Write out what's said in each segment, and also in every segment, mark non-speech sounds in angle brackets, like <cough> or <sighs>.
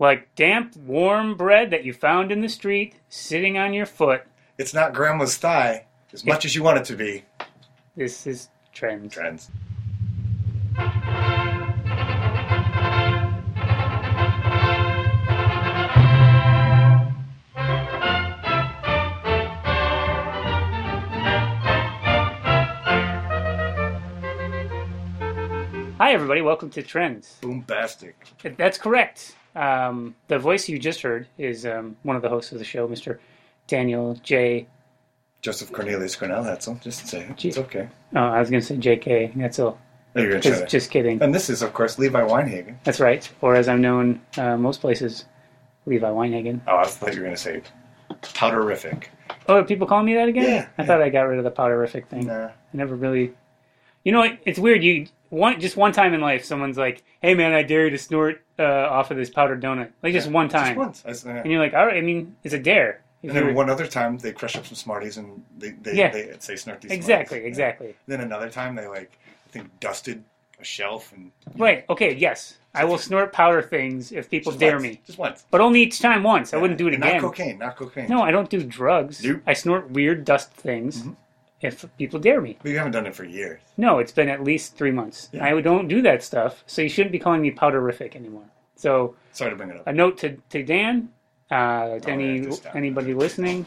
Like damp, warm bread that you found in the street, sitting on your foot. It's not grandma's thigh as much as you want it to be. This is trend. Trends. Hi, everybody. Welcome to Trends. Boombastic. That's correct. Um, the voice you just heard is um, one of the hosts of the show, Mr. Daniel J. Joseph Cornelius Cornell, that's all. Just say it. Gee. It's okay. Oh, I was going to say J.K. That's all. There you go, Just, Charlie. just kidding. And this is, of course, Levi Weinhagen. That's right. Or as I'm known uh, most places, Levi Weinhagen. Oh, I thought you were going to say powderific. Oh, people call me that again? Yeah, I yeah. thought I got rid of the powderific thing. Nah. I never really. You know what? It's weird. You one just one time in life, someone's like, "Hey, man, I dare you to snort uh, off of this powdered donut." Like just Yeah, one time, Just once. I said, and yeah. you're like, "All right." I mean, it's a dare. If And you then were- one other time, they crush up some Smarties and they, they, Yeah. they say snort these exactly, Smarties. Yeah. exactly. Then another time, they, like, I think dusted a shelf and. Right? Okay. Yes, I will snort powder things if people Just dare once. me, Just once. but only each time once. I Yeah. wouldn't do it And again. Not cocaine, not cocaine. No, I don't do drugs. Nope. I snort weird dust things Mhm. if people dare me. But you haven't done it for years. No, it's been at least three months. Yeah. I don't do that stuff, so you shouldn't be calling me powderific anymore. So Sorry to bring it up. a note to, to Dan, uh, to Oh, any, yeah, just Dan. anybody listening.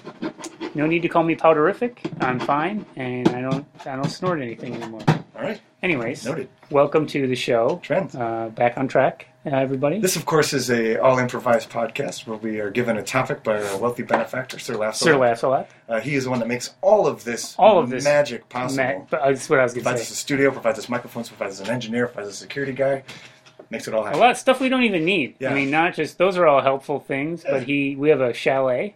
No need to call me powderific. I'm fine, and I don't I don't snort anything anymore. All right. Anyways, Noted. welcome to the show. Trends. Uh, back on track, uh, everybody. This, of course, is a all improvised podcast where we are given a topic by our wealthy benefactor, Sir Lasso. Sir laughs a lot. Uh, he is the one that makes all of this, All of this magic Ma- possible. but, uh, that's what I was going provides to us a say. studio, provides us microphones, provides us an engineer, provides us a security guy, makes it all A happen. lot of stuff we don't even need. I Yeah. mean, not just those are all helpful things, but Yeah. he we have a chalet.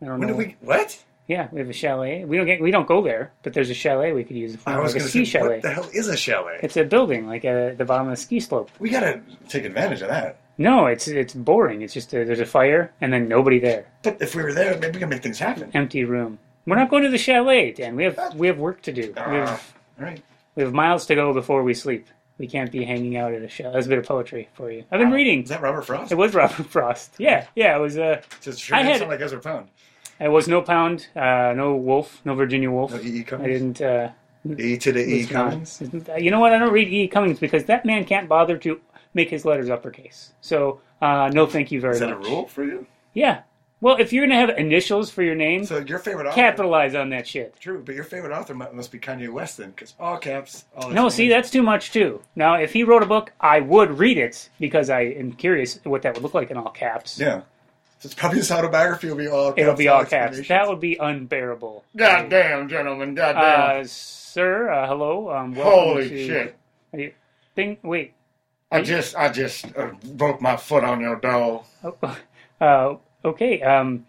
I don't When know. did we? What? Yeah, we have a chalet. We don't get we don't go there, but there's a chalet we could use. If we I want, was like going a to ski say, chalet. what the hell is a chalet? It's a building like uh the bottom of the ski slope. We got to take advantage of that. No, it's it's boring. It's just a, there's a fire and then nobody there. But if we were there, maybe we can make things happen. Empty room. We're not going to the chalet, Dan. We have we have work to do. We Ah, have, all right. we have miles to go before we sleep. We can't be hanging out at a chalet. That's a bit of poetry for you. I've been reading. Is that Robert Frost? It was Robert <laughs> Frost. Yeah, yeah. It was uh, Just sure I had- didn't sound like Ezra Pound. it was no pound, uh, no wolf, no Virginia wolf. No E. E. I Cummings. didn't. Uh, E to the E. was not- uh, Cummings. You know what? I don't read E. Cummings because that man can't bother to make his letters uppercase. So uh, no, thank you very Is that much. a rule for you? Yeah. Well, if you're gonna have initials for your name, So your favorite author? capitalize on that shit. True, but your favorite author mu- must be Kanye West then, because all caps. All No, see, that's too much too. Now, if he wrote a book, I would read it because I am curious what that would look like in all caps. Yeah. So it's probably his autobiography will be all. Caps, It'll be all caps. explanations. That would be unbearable. God damn, gentlemen. God damn. Uh, sir, uh, hello. Um, welcome Holy to- shit! Are you- Thing. Wait. I just, I just uh, broke my foot on your door. Oh, <laughs> uh, okay. Um,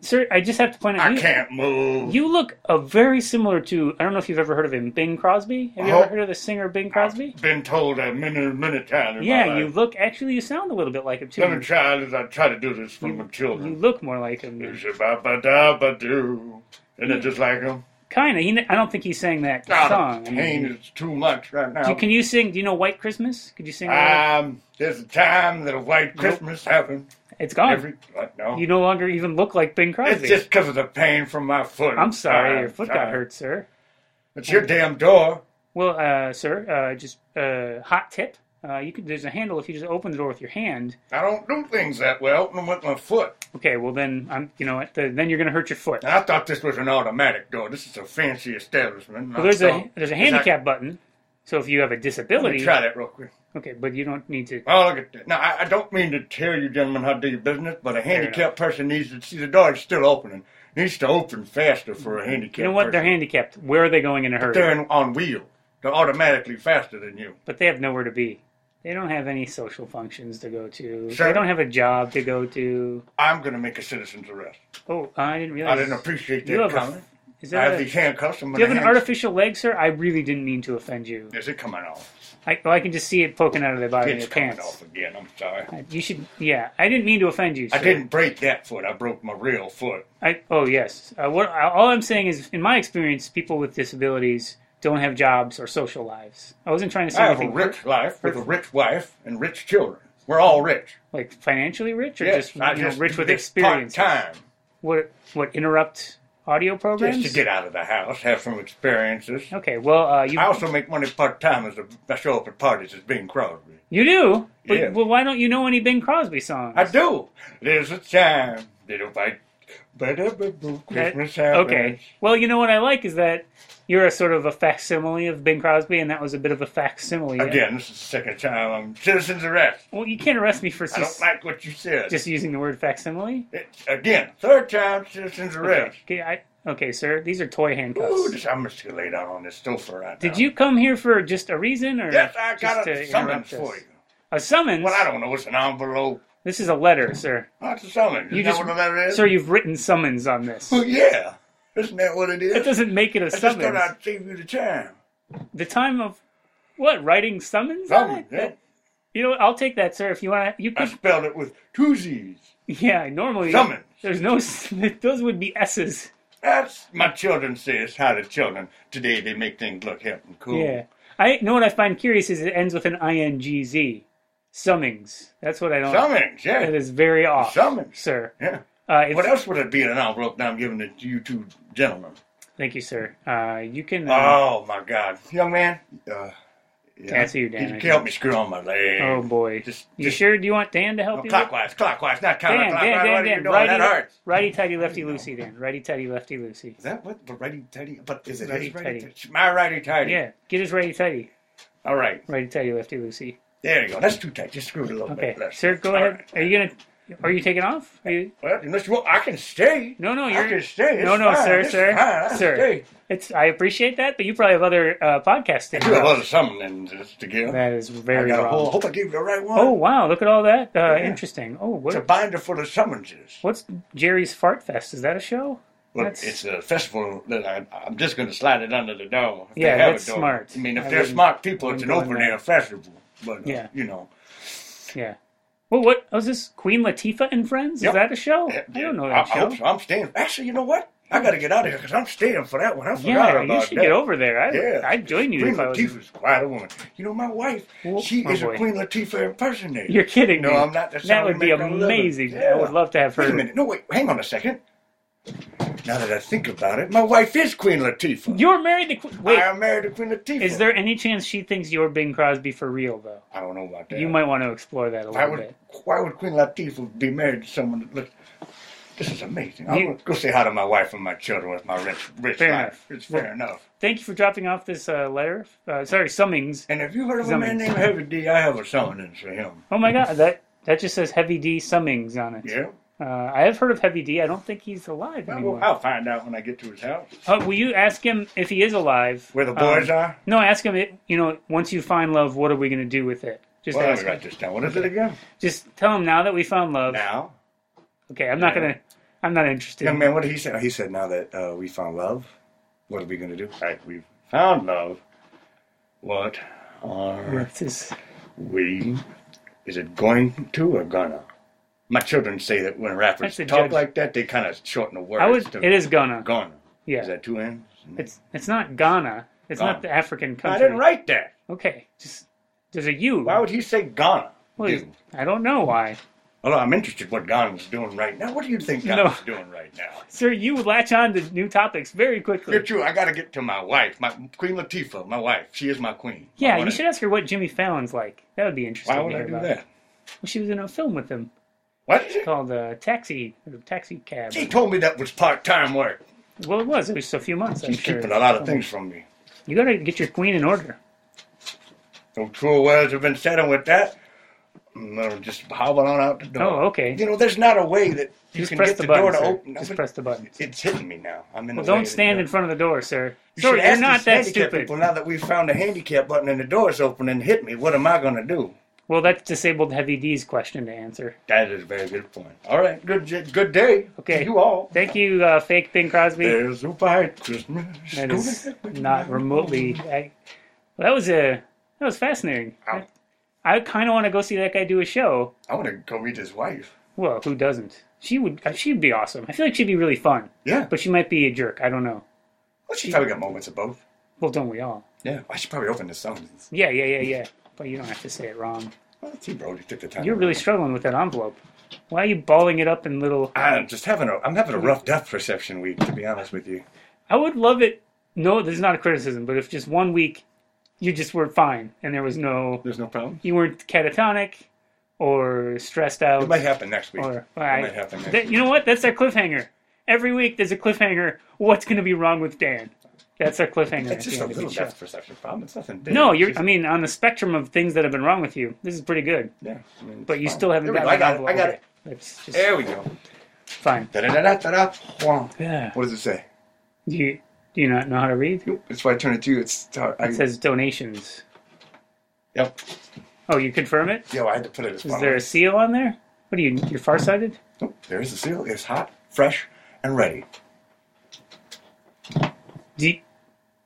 sir, I just have to point out. I you, can't move. You look uh, very similar to. I don't know if you've ever heard of him, Bing Crosby. Have you Oh. ever heard of the singer Bing Crosby? I've been told that many, many times. in my Yeah, you life. look. Actually, you sound a little bit like him too. Let me try as I try to do this for You- my You children. look more like him. It's about ba da ba do. Isn't it just like him? Kind of. He, ne- I don't think he sang that God, song. I the pain mean, is too much right now. do, can you sing? Do you know White Christmas? Could you sing? that? Um, there's a time that a white Christmas happened. it's gone. Every uh, no, you no longer even look like Bing it's Crosby. just because of the pain from my foot. I'm sorry, Ah, your foot sorry. got hurt, sir. It's your damn door. Well, uh, sir, uh, just uh, hot tip. Uh, you could. There's a handle if you just open the door with your hand. I don't do things that well. And with my foot. Okay, well then I'm. You know what? The, then you're gonna hurt your foot. I thought this was an automatic door. This is a fancy establishment. Well, there's So, a there's a is that- handicap button. So if you have a Let me disability, try that real quick. okay, but you don't need to. Oh, look at that. Now, I, I don't mean to tell you gentlemen how to do your business, but a handicapped person needs to see the door is still opening. Needs to open faster for a handicapped You know what? person. They're handicapped. Where are they going in a hurry? They're in, on wheels. They're automatically faster than you. but they have nowhere to be. They don't have any social functions to go to. They Sure. don't have a job to go to. I'm going to make a citizen's arrest. Oh, I didn't realize. I didn't appreciate You that have a- comment. Is I that have a, these handcuffs. I'm do you have gonna an hand- artificial leg, sir? I really didn't mean to offend you. Is it coming off? I, well, I can just see it poking out of the bottom of It's your coming pants. off again. I'm sorry. I- You should. Yeah, I didn't mean to offend you. Sir. I didn't break that foot. I broke my real foot. I, oh yes. Uh, what, I- all I'm saying is, in my experience, people with disabilities don't have jobs or social lives. I wasn't trying to say I have a anything. rich life with a rich wife and rich children. We're all rich. Like financially rich, or Yes, just, you I know, rich with just experience? Part time. What? What interrupt audio programs? Just to get out of the house, have some experiences. Okay. Well, uh, you I also make money part time as a, I show up at parties as Bing Crosby. you do. But, Yeah. Well, why don't you know any Bing Crosby songs? I do. There's a time. Little bite. Ba-da-ba-boo, That- Christmas happens. okay. Well, you know what I like is that you're a sort of a facsimile of Bing Crosby, and that was a bit of a facsimile. Again, this is the second time I'm citizen's arrest. Well, you can't arrest me for I don't just, like what you said. just using the word facsimile. It- again, third time citizen's arrest. Okay. Okay, I, okay, sir. These are toy handcuffs. Ooh, this, I'm just gonna lay down on this sofa right now. Did you come here for just a reason, or Yes, I just got to a interrupt summons us? for you. A summons. Well, I don't know. It's an envelope. This is a letter, sir. What's a summons? You Isn't just- that what that is? Sir, you've written summons on this. Well, yeah. Isn't that what it is? That doesn't make it a I just thought summons. I'd save you the time. The time of what? Writing summons? on Summons, it? yeah. You know, what, I'll take that, sir. If you want, to, you I could. spelled it with two Z's. <laughs> Oh, Yeah, normally Summons. There's no. s- <laughs> Those would be s's. That's my children say. It's how the children today they make things look hip and cool. Yeah. I know what I find curious is it ends with an ingz. Summings. That's what I don't. Summons, yeah. That is very off, Summons. sir. Yeah. Uh, if, What else would it be in an envelope that I'm giving it to you two gentlemen? Thank you, sir. Uh, you can. Uh, Oh my God, young man. Uh, yeah. Can't see you, Dan, Can I you help me screw on my leg? Oh boy! Just- you just- sure? Do you want Dan to help Oh, you? with- clockwise, clockwise, not Dan, counterclockwise. Dan, Dan, what are you Dan, doing? righty, that hurts. righty, tighty, lefty, loosey, Dan. Righty, tighty, lefty, loosey. Is that what the righty tighty? But is it Righty his tighty. tighty? My righty tighty. Yeah, get his righty, tighty, All right. righty, tighty, lefty, loosey. There you go. That's too tight. Just screw it a little Okay, bit. less. sir, go All ahead. right. Are you gonna? Are you taking off? Are you? Well, unless you want, I can stay. No, no, I you're. can stay. It's no, no, fine. sir, It's sir, fine. I can sir. stay. It's. I appreciate that, but you probably have other uh, podcasts. to I do interrupt. a lot of something just to give. That is I very got a wrong. whole. Hope I gave you the right one. Oh wow! Look at all that. Uh, Yeah. Interesting. Oh, It's a what, binder full of summonses. what's Jerry's Fart Fest? Is that a show? Look, That's- it's a festival that I, I'm just going to slide it under the door. If Yeah, they have that's a door. smart. I mean, if I they're wouldn't- smart people, it's an wouldn't go in open there. air festival. But uh, Yeah. you know, Yeah. Well, what was this? Queen Latifah and Friends? Is Yep. that a show? yeah, I don't know I, I that show. hope so. I'm staying. Actually, you know what? I got to get out of here because I'm staying for that one. I forgot Yeah, about you should that. get over there. I, Yeah. I'd join you Queen if I was. Latifah's quite a woman. You know, my wife, Whoop, she my is boy. a Queen Latifah impersonator. <laughs> You're kidding No, me. I'm not. That's that how we would be make our living. amazing. Yeah. I would love to have Wait a her. minute. No, wait. Hang on a second. Now that I think about it, my wife is Queen Latifah. You're married to. Que- Wait, I am married to Queen Latifah. is there any chance she thinks you're Bing Crosby for real, though? I don't know about that. You might want to explore that a Why little would, bit. why would Queen Latifah be married to someone that looks? This is amazing. I'm You- gonna go say hi to my wife and my children with my rich, rich Fair life. enough. It's fair enough. Thank you for dropping off this uh, letter. Uh, sorry, summings. And if you heard of a man Summons. named Heavy D, I have a summons for him. Oh my God, that that just says Heavy D summings on it. Yeah. Uh, I have heard of Heavy D. I don't think he's alive Well, anymore. I'll find out when I get to his house Uh, will you ask him if he is alive? where the boys Um, are. No, ask him. It, you know, once you find love, what are we going to do with it? Just Well, let ask me him. write this down. What is it again? Just tell him now that we found love. Now, Okay, I'm not Yeah. gonna. I'm not interested. young man, what did he say? He said, "Now that uh, we found love, what are we going to do? Right, we found love. What are This is- we is it going to or gonna? My children say that when rappers That's the talk judge. like that, they kind of shorten the words I would. to It is Ghana. gonna. Is Yeah. that two N's? It's it's not Ghana. It's not Ghana. the African country. I didn't write that. Okay. Just there's a U. Why would he say Ghana? Well, do? I don't know why, Although I'm interested what Ghana's doing right now. What do you think No. Ghana's doing right now? sir. You latch on to new topics very quickly. You're true. I got to get to my wife, my Queen Latifah, my wife. She is my queen. I yeah, you wanna- should ask her what Jimmy Fallon's like. That would be interesting. Why to would I hear do about. that? Well, she was in a film with him What? is it? called uh, Taxi or Taxi Cab. She told me that was part-time work. Well, it was. It was a few months. I'm She's sure. keeping a lot of things from me. You gotta get your queen in order. No cruel words have been said, and with that, I'm gonna just hobble on out the door. Oh, okay. You know, there's not a way that you Just can press get the the, button. door to sir. open. No, Just but press the button. It's hitting me now. I'm in Well, the way don't of the stand door. in front of the door, sir. You Sorry, should you're ask not these that handicapped stupid. People, now that we've found the handicap button and the door's open and hit me, what am I gonna do? Well, that's disabled Heavy D's question to answer. That is a very good point. All right, good j- good day. Okay. to you all. Thank you, uh, fake Bing Crosby. There's a white Christmas. That is not remotely. I, well, that was a that was fascinating. Ow. I, kind of want to go see that guy do a show. I want to go meet his wife. Well, who doesn't? She would. uh, She'd be awesome. I feel like she'd be really fun, Yeah, but she might be a jerk. I don't know. well, she probably got moments of both. Well, don't we all? Yeah, I should probably open the summons. Yeah, yeah, yeah, yeah. But you don't have to say it wrong. Well, see, bro, you took the time. You're really struggling with that envelope. Why are you balling it up in little? I'm just having a. I'm having a rough depth perception week, to be honest with you. I would love it. No, this is not a criticism, but if just one week you just were fine and there was no, There's no problem. you weren't catatonic or stressed out. It might happen next week. Or, It all right. might happen next That- week. you know what? That's our cliffhanger. Every week there's a cliffhanger. What's going to be wrong with Dan? That's our cliffhanger. at It's the just a end of little each show. depth perception problem. It's nothing big. No, It's you're. just- I mean, on the spectrum of things that have been wrong with you, this is pretty good. yeah. I mean, it's But you fine. still haven't There we got go. I got it. I got it. That's just There we go. fine. Da da da da da. What Yeah. does it say? Do you do you not know how to read? That's why I turned it to you. It's. I, It says donations. yep. Oh, you confirm it? Yo, I had to put it as Is well. there a seal on there? What are you? You're farsighted? Nope, there's the seal. It's hot, fresh, and ready. Do you,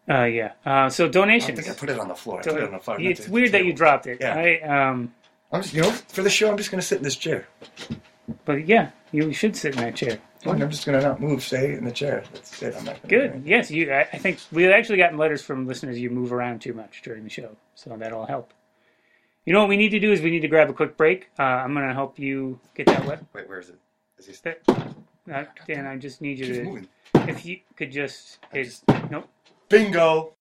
uh, yeah. Uh, so I donations. think I put it on the floor. I put it on the floor. it's weird that you dropped it. Yeah. I um. I'm just, you know, for the show, I'm just gonna sit in this chair. But yeah, you should sit in that chair. And I'm just gonna not move. Stay in the chair. That's it. I'm not gonna Good. Yes, you. I, I think we've actually gotten letters from listeners. You move around too much during the show, so that'll help. You know what we need to do is we need to grab a quick break. Uh, I'm gonna help you get that web. Wait, where is it? Is he That, uh, Dan, I just need you keeps to, moving? if you could just, I it- just- nope. Bingo.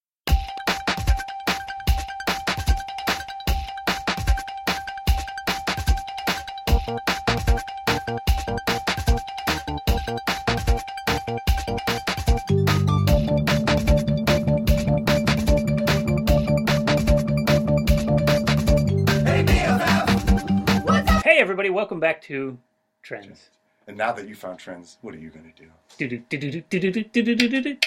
Hey everybody, welcome back to Trends. And now that you found trends, what are you gonna do? Do-do, do-do, do-do, do-do, do-do, do-do.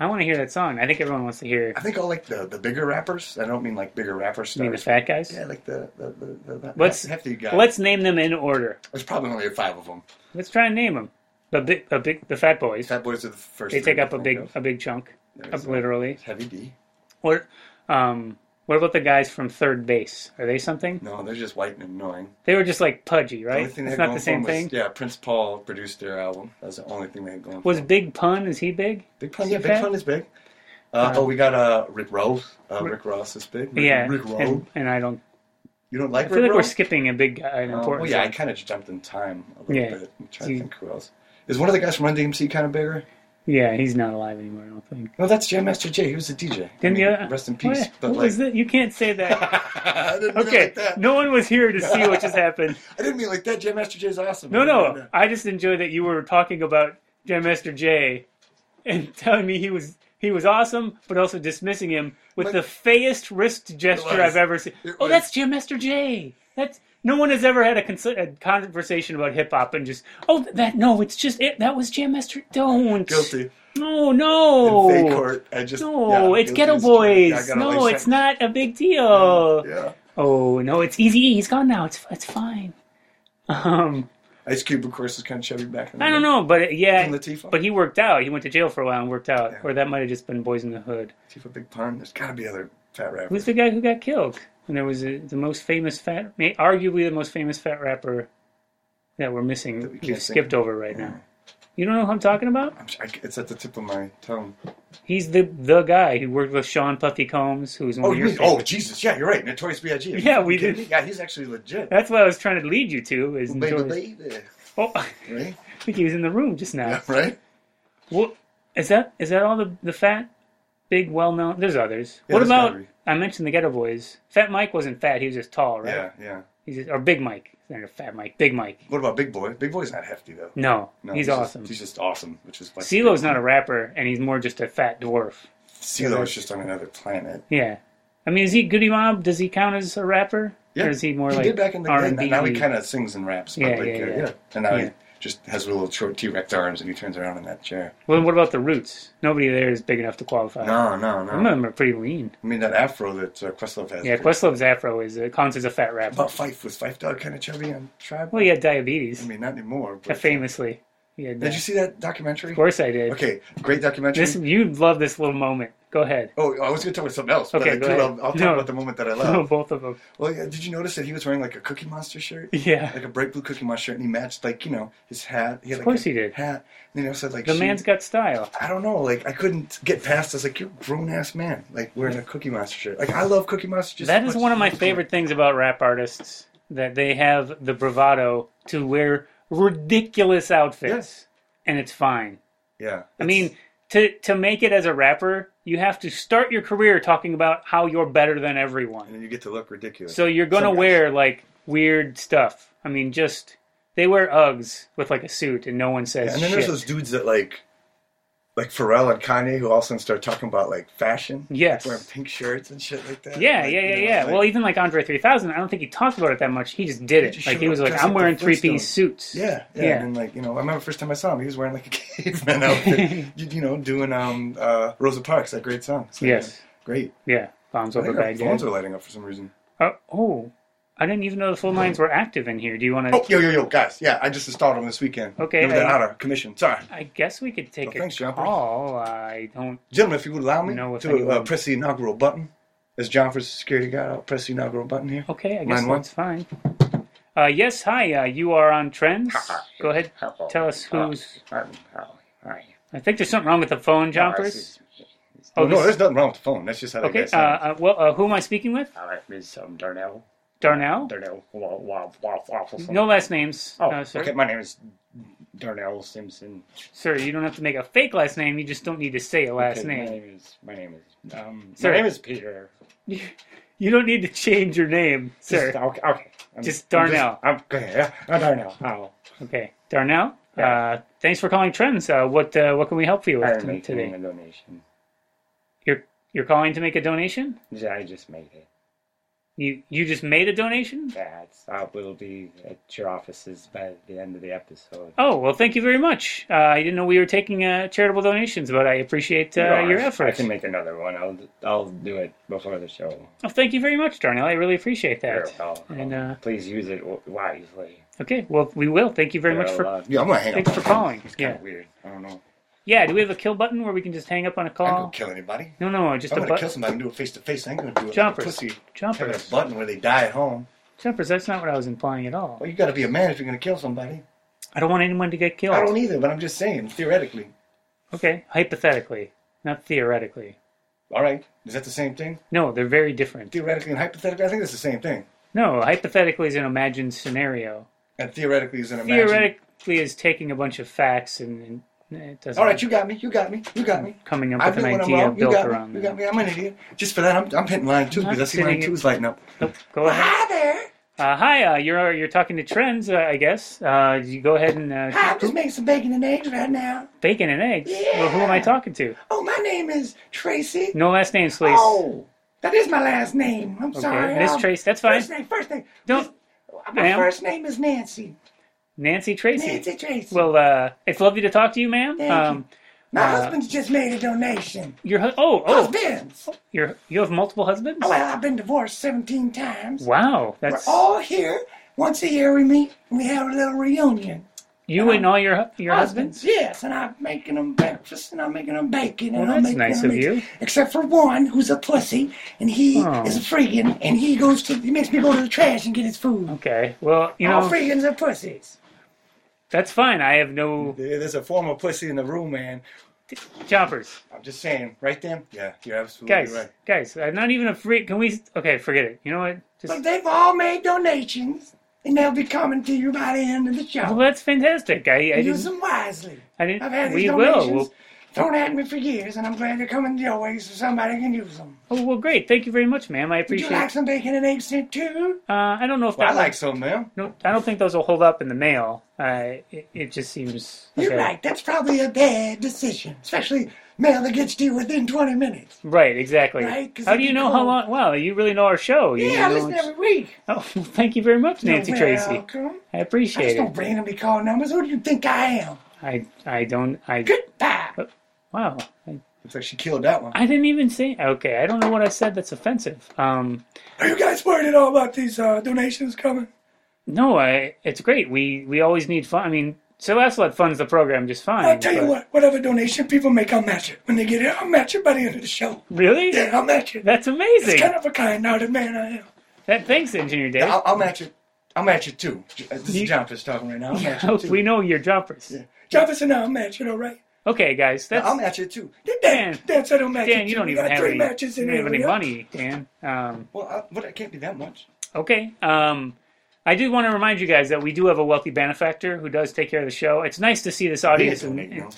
I want to hear that song. I think everyone wants to hear. I think I'll like the the bigger rappers. I don't mean like bigger rappers. You mean the fat guys? Yeah, like the the the, the, the Let's- hefty guy. Let's name them in order. There's probably only five of them. Let's try and name them. The big, the big, the fat boys. Fat Boys are the first. They three take I up a think big, of. a big chunk, There's, uh, literally. Heavy D. What, um, what about the guys from third base? Are they something? No, they're just white and annoying. They were just like pudgy, The right? only thing they It's not had the going for same them thing. was- yeah, Prince Paul produced their album. That was the only thing they had going. Was for them. Big Pun? Is he big? Big Pun? he Yeah, Big fat? Pun is big. Uh, oh, we got uh, Rick Ross. Uh, Rick Ross is big. Rick, yeah. Rick Ross. and, and I don't. you don't like I feel Rick like we're Ross? skipping a big guy, an Oh, important. well, yeah, I guy. kind of jumped in time a little Yeah. bit. I'm trying You- to think who else. Is one of the guys from Run DMC kind of bigger? yeah. He's not alive anymore. I don't think. No, that's Jam Master Jay. He was a DJ. I Didn't mean, the other- Rest in peace. What, But what like, <laughs> was that? You can't say that. I didn't mean it Okay, like that. no one was here to see what just <laughs> happened. I didn't mean it like that. Jam Master Jay's awesome. No, no, I just enjoyed that you were talking about Jam Master Jay and <laughs> telling me he was he was awesome, but also dismissing him with Like- the fayest wrist gesture I've ever seen. It Oh, was. that's Jam Master Jay. That's no one has ever had a, cons- a conversation about hip hop and just oh that no, it's just it. That was Jam Master. Don't Guilty. No, In no. Fay Court, I just. No, yeah, it's guilty Ghetto as charged. Boys. Yeah, I got all no, it's excited. not a big deal. Yeah. Oh no, it's easy. He's gone now. It's it's fine. Um, Ice Cube, of course, was kind of chubby back in the I don't day. know, but uh, yeah, From Latifah. but he worked out. He went to jail for a while and worked out, Yeah. or that might have just been Boys in the Hood. Latifah, Big Pun. There's got to be other fat rappers. Who's the guy who got killed? And there was a, the most famous fat, ma- arguably the most famous fat rapper that we're missing. That we you can't skipped think of. over right Yeah. now. You don't know who I'm talking about? I'm sh- I c- it's at the tip of my tongue. Oh, He's the the guy who worked with Sean Puffy Combs, who's one Oh, of you your mean, favorites. oh, Jesus. Yeah, you're right. Notorious B.I.G. Are Yeah, you we kidding did. me? Yeah, he's actually legit. That's what I was trying to lead you to. Is Baby, Notorious- baby. oh, <laughs> I Right? think he was in the room just now. Yeah, right? Well, is that is that all the the fat, big, well known? There's others. Yeah, what there's about? gotta be. I mentioned the Ghetto Boys. Fat Mike wasn't fat; he was just tall, right? Yeah, yeah. He's just, or Big Mike. It's not a Fat Mike. Big Mike. What about Big Boy? Big Boy's not hefty, though. No, No, he's, just- awesome. he's just awesome, which is like. CeeLo's not a rapper, and he's more just a fat dwarf. CeeLo is just on another planet. Yeah, I mean, is he Goody Mob? Does he count as a rapper? Or is he more he like did back in the day. R&B? Now he kind of sings and raps. But Yeah, like, yeah, uh, yeah. And now he Yeah. just has little short T Rex arms and he turns around in that chair. Well, what about the Roots? Nobody there is big enough to qualify. No, no, Some of no. them are pretty lean. I mean, that afro that uh, Questlove has. Yeah, Questlove's afro is uh, counts as a fat rapper. About Fife. Was Fife Dog kind of chubby on Tribe? Well, he had diabetes, I mean, not anymore. But famously. Yeah, Did you see that documentary? Of course I did. Okay, great documentary. This you love this little moment. Go ahead. oh, I was going to talk about something else, Okay, but I go do ahead. love, I'll talk No. about the moment that I <laughs> love. Both of them. well, yeah, did you notice that he was wearing like a Cookie Monster shirt? Yeah. Like a bright blue Cookie Monster shirt, and he matched like, you know, his hat. He had, Of like, course a he did. Hat. And he also had like The shoes. man's got style. I don't know. Like I couldn't get past. I was like, "You're a grown ass man, like wearing a Cookie Monster shirt." Like I love Cookie Monster. Just That as is much one of as my you do. favorite things about rap artists that they have the bravado to wear ridiculous outfits Yes. and it's fine. Yeah, I mean, to to make it as a rapper, you have to start your career talking about how you're better than everyone. and then you get to look ridiculous. So you're gonna Some guys. wear like weird stuff. I mean, just they wear Uggs with like a suit, and no one says and then shit. there's those dudes that like, like Pharrell and Kanye, who all of a sudden start talking about like fashion. Yes. like, wearing pink shirts and shit like that. yeah, Like, yeah, you yeah, know, yeah. like- well, even like Andre 3000, I don't think he talked about it that much. He just did He it. just like he showed was up like, dressed "I'm like the wearing three piece Flintstones." suits." yeah, yeah, Yeah. And like you know, I remember the first time I saw him, he was wearing like a <laughs> <laughs> caveman outfit. you, you know, doing um uh Rosa Parks, that great song. So, Yes. yeah, great. Yeah, bombs I over think our phones Baghdad. are lighting up for some reason. Oh, oh, I didn't even know the phone lines were active in here. Do you want to? Oh, yo, yo, yo, guys. Yeah, I just installed them this weekend. Okay, Remember that I- out of commission. Sorry. I guess we could take Oh, a thanks, Jumpers. call. I don't. Gentlemen, if you would allow me No, if to uh, anyone- press the inaugural button. As John for security guard, I'll press the inaugural button here. Okay, I guess Line one. that's fine. Uh, yes, hi. Uh, you are on trends. Go ahead. Tell us who's. I think there's something wrong with the phone, Jumpers. Oh, no, this- there's nothing wrong with the phone. That's just how that Okay. guy Uh, sounds. uh, well, uh, who am I speaking with? Uh, Miss um, Darnell. Darnell. Darnell. Wa- wa- wa- Waffleson. No last names, Oh, uh, sir. okay. My name is Darnell Simpson. Sir, you don't have to make a fake last name. You just don't need to say a last Okay, My name. name is. My name is. Um, Sir. My name is Peter. You don't need to change your name, sir. Just, okay. okay. I'm- Just I'm Darnell. I'm, okay. Yeah. Uh, Darnell. Oh. Okay, Darnell. Yeah. Uh, thanks for calling Trends. Uh, what uh, what can we help you with I'm t- making today? a donation. You're you're calling to make a donation. Yeah, I just made it. You you just made a donation. That's. I will be at your offices by the end of the episode. Oh well, thank you very much. Uh, I didn't know we were taking uh, charitable donations, but I appreciate uh, No, your I- I efforts. can make another one. I'll. I'll do it before the show. Oh, thank you very much, Darnell. I really appreciate that. I'll- I'll- And uh, please use it w- wisely. okay, well we will. Thank you very There much are a for lot- yeah, I'm going to hang thanks up. for calling. Kind Yeah, of weird. I don't know. yeah. Do we have a kill button where we can just hang up on a I ain't going call? to kill anybody. No, no, Uh, just I'm a going to kill button. somebody and do it face to face. I ain't going to do it. Jumpers. Like a pussy. Having a Jumpers, button where they die at home. jumpers. That's not what I was implying at all. Well, you got to be a man if you're going to kill somebody. I don't want anyone to get killed. I don't e- either, but I'm just saying, theoretically. Okay, hypothetically, not theoretically. All right. Is that the same thing? No, they're very different. Theoretically and hypothetically? I think that's the same thing. No, hypothetically is an imagined scenario. And theoretically is an imagined. Theoretically is taking a bunch of facts and, and it doesn't. All right, you got me. You got me. You got me. coming up I with know an when I'm idea wrong. You built got around. me. You that. got me. I'm an idiot. Just for that, I'm, I'm hitting line two I'm not because I see sitting line in- two is lighting up. Nope, go ahead. Hi there. Uh, hi, uh, you're you're talking to trends, uh, I guess. Uh, you go ahead and uh, Hi, I'm Ah, just making some bacon and eggs right now. bacon and eggs. Well, who am I talking to? Oh, my name is Tracy. No last names, please. Oh, that is my last name. I'm sorry. Miss um, Trace, that's fine. First name, first name. Don't- My Ma'am? first name is Nancy. Nancy Tracy. Nancy Tracy. Well, uh, it's lovely to talk to you, ma'am. Thank you. um, my uh, husband's just made a donation. Your hu- oh oh Husbands. you're you have multiple husbands. Oh, well, I've been divorced 17 times. Wow, We're that's all here. Once a year we meet and we have a little reunion. you and all your hu- your husbands. Yes, and I'm making them breakfast, and I'm making them bacon, and Well, I'm that's making nice them of meat. you. Except for one who's a pussy, and he Oh. is a freegan, and he goes to he makes me go to the trash and get his food. Okay, well you know All freegans are pussies. that's fine. I have no There's a former pussy in the room, man. choppers, I'm just saying, right then? Yeah, you're absolutely guys. Guys, I'm not even a free. Can we? Okay, forget it. You know what? But Just they've all made donations, and they'll be coming to you by the end of the show. well, Oh, that's fantastic. I, I Use didn't. them wisely. I I've had didn't. these We donations will. Well, thrown at me for years, and I'm glad they're coming your way so somebody can use them. oh well, great. Thank you very much, ma'am. I Would you appreciate. like some bacon and eggs sent too? Uh, I don't know if that. some, ma'am. No, I don't think those will hold up in the mail. Uh, it, it just seems. Okay. You're right. That's probably a bad decision, especially mail that gets to you within 20 minutes. Right, exactly. Right, 'cause how it'd do you be know how cool. long? Wow, you really know our show. You Yeah, I know listen it's- every week. Oh, <laughs> well, thank you very much, Nancy You're Tracy. welcome. I I just appreciate don't it. randomly call numbers. Who do you think I am? I I don't I Goodbye. wow. I, Looks like she killed that one. I didn't even say okay. I don't know what I said that's offensive. Um, Are you guys worried at all about these uh, donations coming? no, I it's great. We we always need fun. I mean, Celestlot funds the program just fine. I'll tell you but- what, whatever donation people make, I'll match it. When they get it, I'll match it by the end of the show. Really? Yeah, I'll match it. That's amazing. It's kind of a kind-hearted man I am. That thanks, Engineer Dave. I'll, I'll match it. I'll match it too. J- uh, This You- is Jonathan's talking right now. I'll <laughs> match Oh, it too. we know you're jumpers. Jonathan and I'll match it, all right? Okay, guys. That's I'll match it too. Dan, Dan. Dan said he'll match it. Dan. You too. don't We even got have three any, matches in you don't here. have any we up. money, Dan. Um, Well, I, but it can't be that much. okay. Um, I do want to remind you guys that we do have a wealthy benefactor who does take care of the show. It's nice to see this He audience. didn't donate, and- no.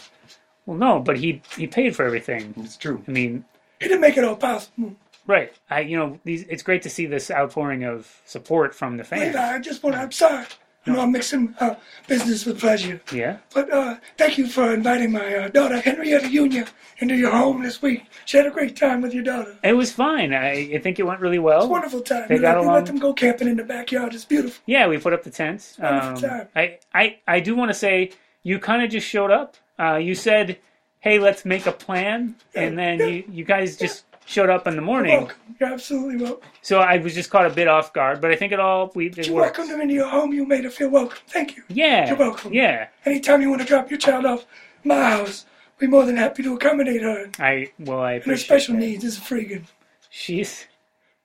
Well, no, but he he paid for everything. It's true. I mean, He didn't make it all possible. right? I you know these. It's great to see this outpouring of support from the Wait, fans. I just want to, I'm sorry. I know I'm mixing uh, business with pleasure. Yeah. But uh, thank you for inviting my uh, daughter, Henrietta Junior, into your home this week. She had a great time with your daughter. It was fine. I, I think it went really It's a well. wonderful time. They you got let, you along. let them go camping in the backyard. It's beautiful. Yeah, we put up the tent. Wonderful Um, time. I, I, I do want to say you kind of just showed up. Uh, you said, "Hey, let's make a plan," and then you, you guys just showed up in the You're morning. welcome. You're absolutely welcome. So I was just caught a bit off guard, but I think it all we it You worked. welcomed them into your home. You made her feel welcome. Thank you. Yeah, You're welcome. Yeah, Anytime you want to drop your child off my house, we're more than happy to accommodate her and I well I her appreciate special that. needs. It's a freaking. She's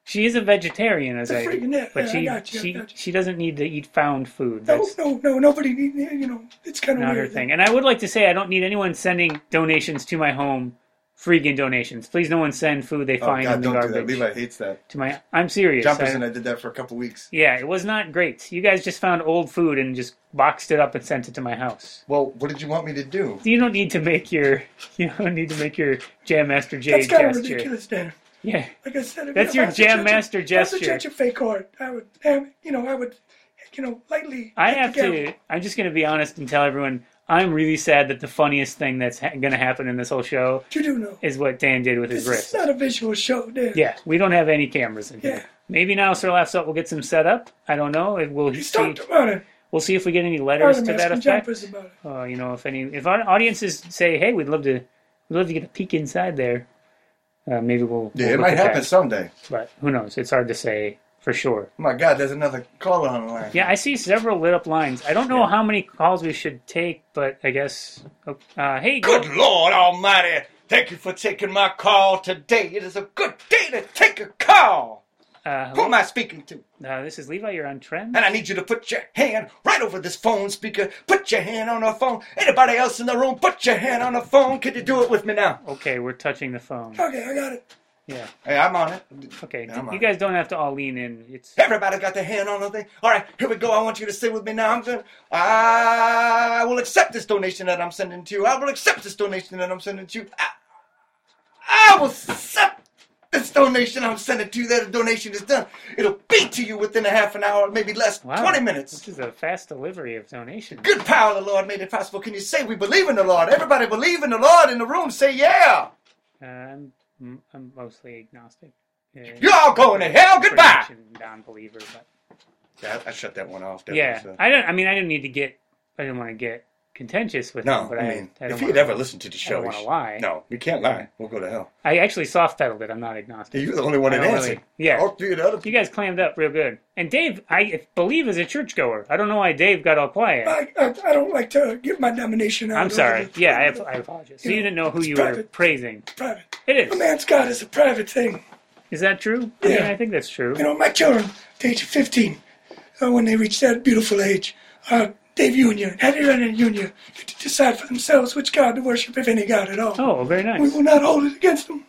she is a vegetarian, as I freaking it. but Yeah, I she got you, I she got you. she doesn't need to eat found food. No, That's no, no. Nobody need. You know, it's kind of not her weird. thing. And I would like to say I don't need anyone sending donations to my home. Freaking donations! Please, no one send food they Oh, find God, in the don't garbage. do that. Levi hates that. to my I'm serious. John Person, I- I did that for a couple weeks. yeah, it was not great. You guys just found old food and just boxed it up and sent it to my house. Well, what did you want me to do? You don't need to make your <laughs> you don't need to make your Jam Master J That's kind of gesture. ridiculous, Dan. Yeah. Like I said, if- That's you your know, if I was a jam judge of- master if I was a gesture. judge of fake art. I would, um, you know, I would, you know, lightly. I hit the have gavel. to I'm just going to be honest and tell everyone I'm really sad that the funniest thing that's ha- going to happen in this whole show You do know. is what Dan did with his This is wrist. not a visual show, Dan. Yeah, we don't have any cameras in here. Yeah. Maybe now Sir Laughs Up will get some set up. I don't know. It will He's see, talked about it. we'll see if we get any Part letters of to him that asking effect. jumpers about it. Uh, you know, if any, if our audiences say, "Hey, we'd love to, we'd love to get a peek inside there," uh, maybe we'll. Yeah, we'll it look might at happen that. someday. but who knows? It's hard to say for sure. My God, there's another caller on the line. Yeah, I see several lit up lines. I don't know how many calls we should take, but I guess. Uh, hey, Good go- Lord Almighty, thank you for taking my call today. It is a good day to take a call. Uh, Who hello? am I speaking to? Uh, this is Levi. You're on trend. And I need you to put your hand right over this phone speaker. Put your hand on the phone. Anybody else in the room, put your hand on the phone. Could you do it with me now? Okay, we're touching the phone. Okay, I got it. Yeah. Hey, I'm on it. Okay. Never you mind. guys don't have to all lean in. It's Everybody got their hand on the thing. All right, here we go. I want you to sit with me now. I'm gonna. I will accept this donation that I'm sending to you. I will accept this donation that I'm sending to you. I, I will accept this donation I'm sending to you. That donation is done. It'll be to you within a half an hour, maybe less, wow. 20 minutes. This is a fast delivery of donations. Good power of the Lord made it possible. Can you say we believe in the Lord? Everybody believe in the Lord in the room. Say yeah. Uh, I'm I'm mostly agnostic. Yeah. You're all going to hell. Goodbye. non-believer, but Yeah, I, I shut that one off. That yeah, was, uh, I don't. I mean, I didn't need to get. I didn't want to get contentious with him, no, but I I, mean, I if don't wanna- you'd ever listened to the I don't show, want to you- lie. no, you can't lie. We'll go to hell. I actually soft pedaled it. I'm not agnostic. You're the only one I that don't answered. really- yeah. All three of the other You guys clammed up real good. And Dave, I believe, is a churchgoer. I don't know why Dave got all quiet. I, I, I don't like to give my nomination out. I'm over sorry. the- Yeah, I, ap- I apologize. So you didn't know who It's you were private. praising. private. It A is. man's God is a private thing. Is that true? I mean, Yeah. I think that's true. You know, my children, at the age of 15, uh, when they reach that beautiful age, uh, Dave Union, Hattie Renan Union, to decide for themselves which God to worship, if any God at all. Oh, very We nice. will not hold it against them.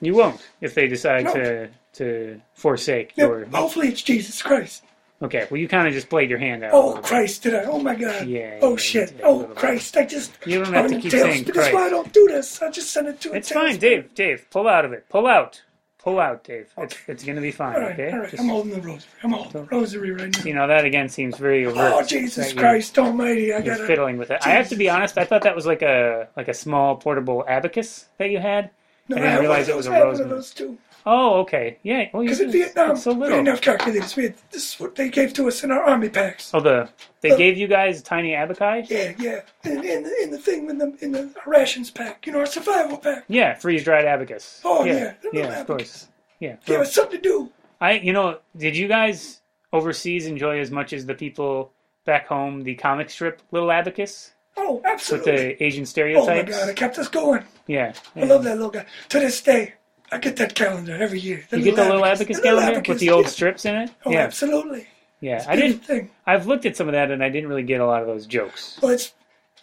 You won't if they decide No. to to forsake Yeah, your. hopefully it's Jesus Christ. Okay, well, you kind of just played your hand out. a Oh little bit. Christ, did I? Oh my God. Yeah, yeah, oh you shit. did a Oh little bit. Christ, I just. You don't have I'm to in keep tails, saying but That's why I Christ. don't do this. I just send it to. a It's tails- fine, Dave. Dave, pull out of it. Pull out. Pull out, Dave. It's, it's gonna be fine. All right, okay. all right. Just- I'm holding the rosary. I'm holding the rosary right now. you know that again seems very overt. Oh Jesus that you're- Christ Almighty! I You're gotta. fiddling with it. I have to be honest. I thought that was like a like a small portable abacus that you had. No, I had didn't one realize of it was a those- I had one rosary. of those too. Oh, okay. Yeah. Well, you Because in it's- Vietnam, it's so we little. didn't have calculators. We had, this is what they gave to us in our army packs. Oh, the they Oh. gave you guys tiny abaci. Yeah, yeah. And in the, in the thing in the in the rations pack, you know, our survival pack. Yeah, freeze dried abacus. Oh, yeah, yeah, they're yeah little of course. Yeah. Gave us something to do. I you know, did you guys overseas enjoy as much as the people back home the comic strip Little Abacus Oh, with absolutely. the Asian oh my stereotypes. God, it kept us going. Yeah. I love that little guy. To this day, I get that calendar every year. You get the Little Abacus calendar with the old yeah. strips in it? Oh, yeah. absolutely. Yeah. It's a I beautiful didn't Thing. I've looked at some of that and I didn't really get a lot of those jokes. Well, it's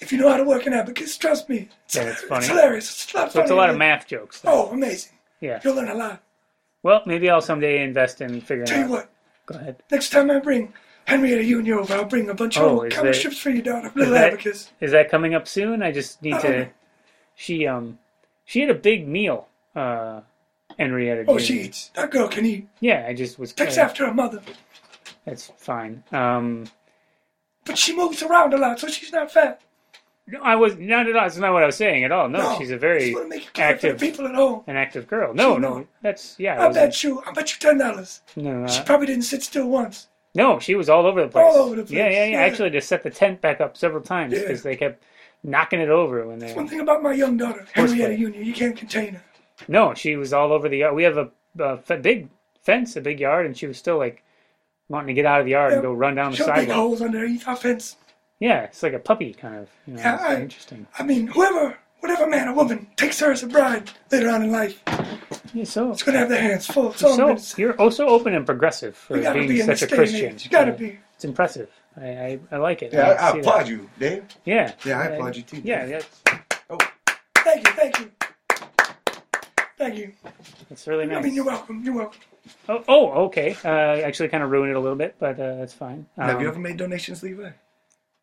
if you know how to work an abacus, trust me. It's, Yeah, it's funny. hilarious. It's a lot So it's a funnier lot of than- math jokes. Though. Oh, amazing. Yeah. You'll learn a lot. Well, maybe I'll someday invest in figuring Tell you out. what, Go ahead. next time I bring Henrietta Union over, I'll bring a bunch Oh, of is comic that- strips for your daughter. Little that- abacus. Is that coming up soon? I just need to. Oh. She um, she had a big meal. Uh, Henrietta. Oh, Junior. she eats. That girl can eat. Yeah, I just was. Takes uh, after her mother. That's fine. Um, But she moves around a lot, so she's not fat. no, I was not at all. That's not what I was saying at all. No, Oh, she's a very Just wanna make it clear for the active, people at home. an active girl. No, She- no, that's yeah. I I wasn't- bet you. I bet you ten dollars. no, no, She I- probably didn't sit still once. no, she was all over the place. All over the Yeah, place, yeah, yeah. I yeah. actually just set the tent back up several times Yeah. because they kept knocking it over when they. One thing about my young daughter, Henrietta Horseplay. Union, you can't contain her. No, she was all over the yard. We have a, a f- big fence, a big yard, and she was still like wanting to get out of the yard and Yeah. go run down the She'll dig sidewalk. holes underneath our fence. Yeah, it's like a puppy kind of. You know, Yeah, it's I- interesting. I mean, whoever, whatever man or woman takes her as a bride later on in life, Yeah, so it's gonna have their hands full. It's all so good. you're also open and progressive for You gotta being be in such this a day Christian. and age. You gotta Uh, be. It's impressive. I, I, I like it. Yeah, like to I, I see that. applaud you, Dave. Yeah. Yeah, I Uh, applaud you too. Dave. Yeah, that's, Thank you, thank you, thank you. that's really nice. I mean, you're welcome. You're welcome. oh, oh, okay. Uh, actually, kind of ruined it a little bit, but uh, that's fine. Have you Um, ever made donations, Levi?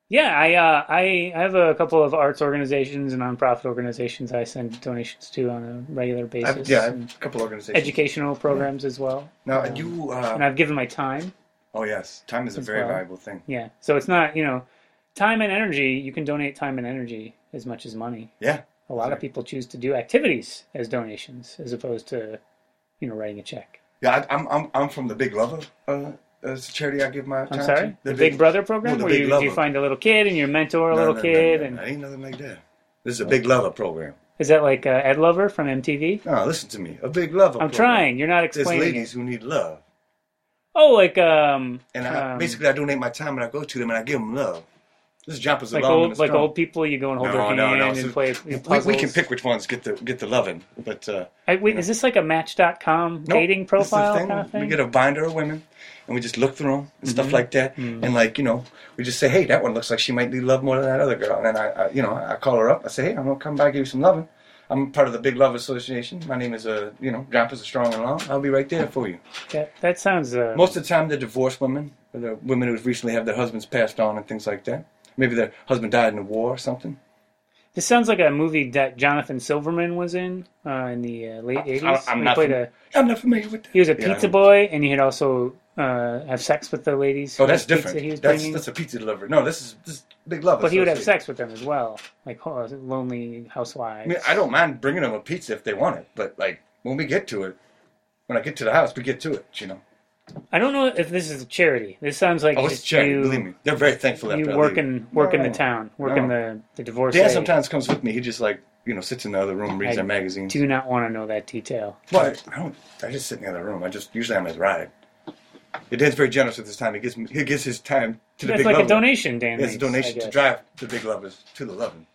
Yeah, I uh, I I have a couple of arts organizations and nonprofit organizations I send donations to on a regular basis. I've, yeah, and I've a couple organizations. educational programs as well. Now Um, you, and uh, I've given my time. oh yes, time is a as very well. valuable thing. Yeah, so it's not you know, time and energy. You can donate time and energy as much as money. Yeah, A lot of Right. people choose to do activities as donations as opposed to, you know, writing a check. yeah. I, I'm, I'm, I'm from the Big Lover. Uh, uh, it's a charity I give my. I'm time sorry, to. the, Big Brother program the where Big you, Lover. you find a little kid and you mentor a little kid, and I ain't nothing like that. This is a Big Lover program. is that like uh, Ed Lover from MTV? No, listen to me. A Big Lover. I'm program. trying. You're not There's explaining. it. ladies who need love, Oh, like um, and I, um, basically I donate my time and I go to them and I give them love. This jump is like long old and like strong. old people. You go and hold No, their no, hand no, and so play puzzles. We, we can pick which ones get the get the loving, but uh, I, wait, is this like a Match.com Nope. dating This is the profile thing. kind of thing? Mm-hmm. We get a binder of women, and we just look through them and stuff like that, Mm. and like you know, we just say, hey, that one looks like she might need love more than that other girl, and then I, I you know, I call her up. I say, hey, I'm gonna come by and give you some loving. I'm part of the Big Love Association. My name is uh, you know, Grandpa's a strong and long. I'll be right there for you. that, that sounds uh, Most of the time, they're divorced women, or they're women who recently have their husbands passed on and things like that. Maybe their husband died in a war or something. this sounds like a movie that Jonathan Silverman was in uh, in the uh, late eighties. I'm he not played fam- a I'm not familiar with that. he was a Yeah, pizza I'm- boy, and he had also uh, have sex with the ladies. Oh, whose that's pizza different. He was That's bringing. that's a pizza delivery. No, this is this is Big Love. but he would have Association. sex with them as well, like ho- uh, lonely housewives. I mean, I don't mind bringing them a pizza if they want it, but like when we get to it, when I get to the house, we get to it. You know. I don't know if this is a charity. This sounds like Oh, it's just charity. you, believe me, they're very thankful. you after I leave. working working the No, town, working the the divorce. Dan sometimes comes with me. He just like you know sits in the other room, reads I our magazines. do not want to know that detail. But I don't. I just sit in the other room. I just usually I'm his ride. Yeah, Dan's very generous with his time. He gives me, he gives his time to the That's big like a lovers. donation, Dan. It's a makes, I donation to guess. drive the big lovers to the loving.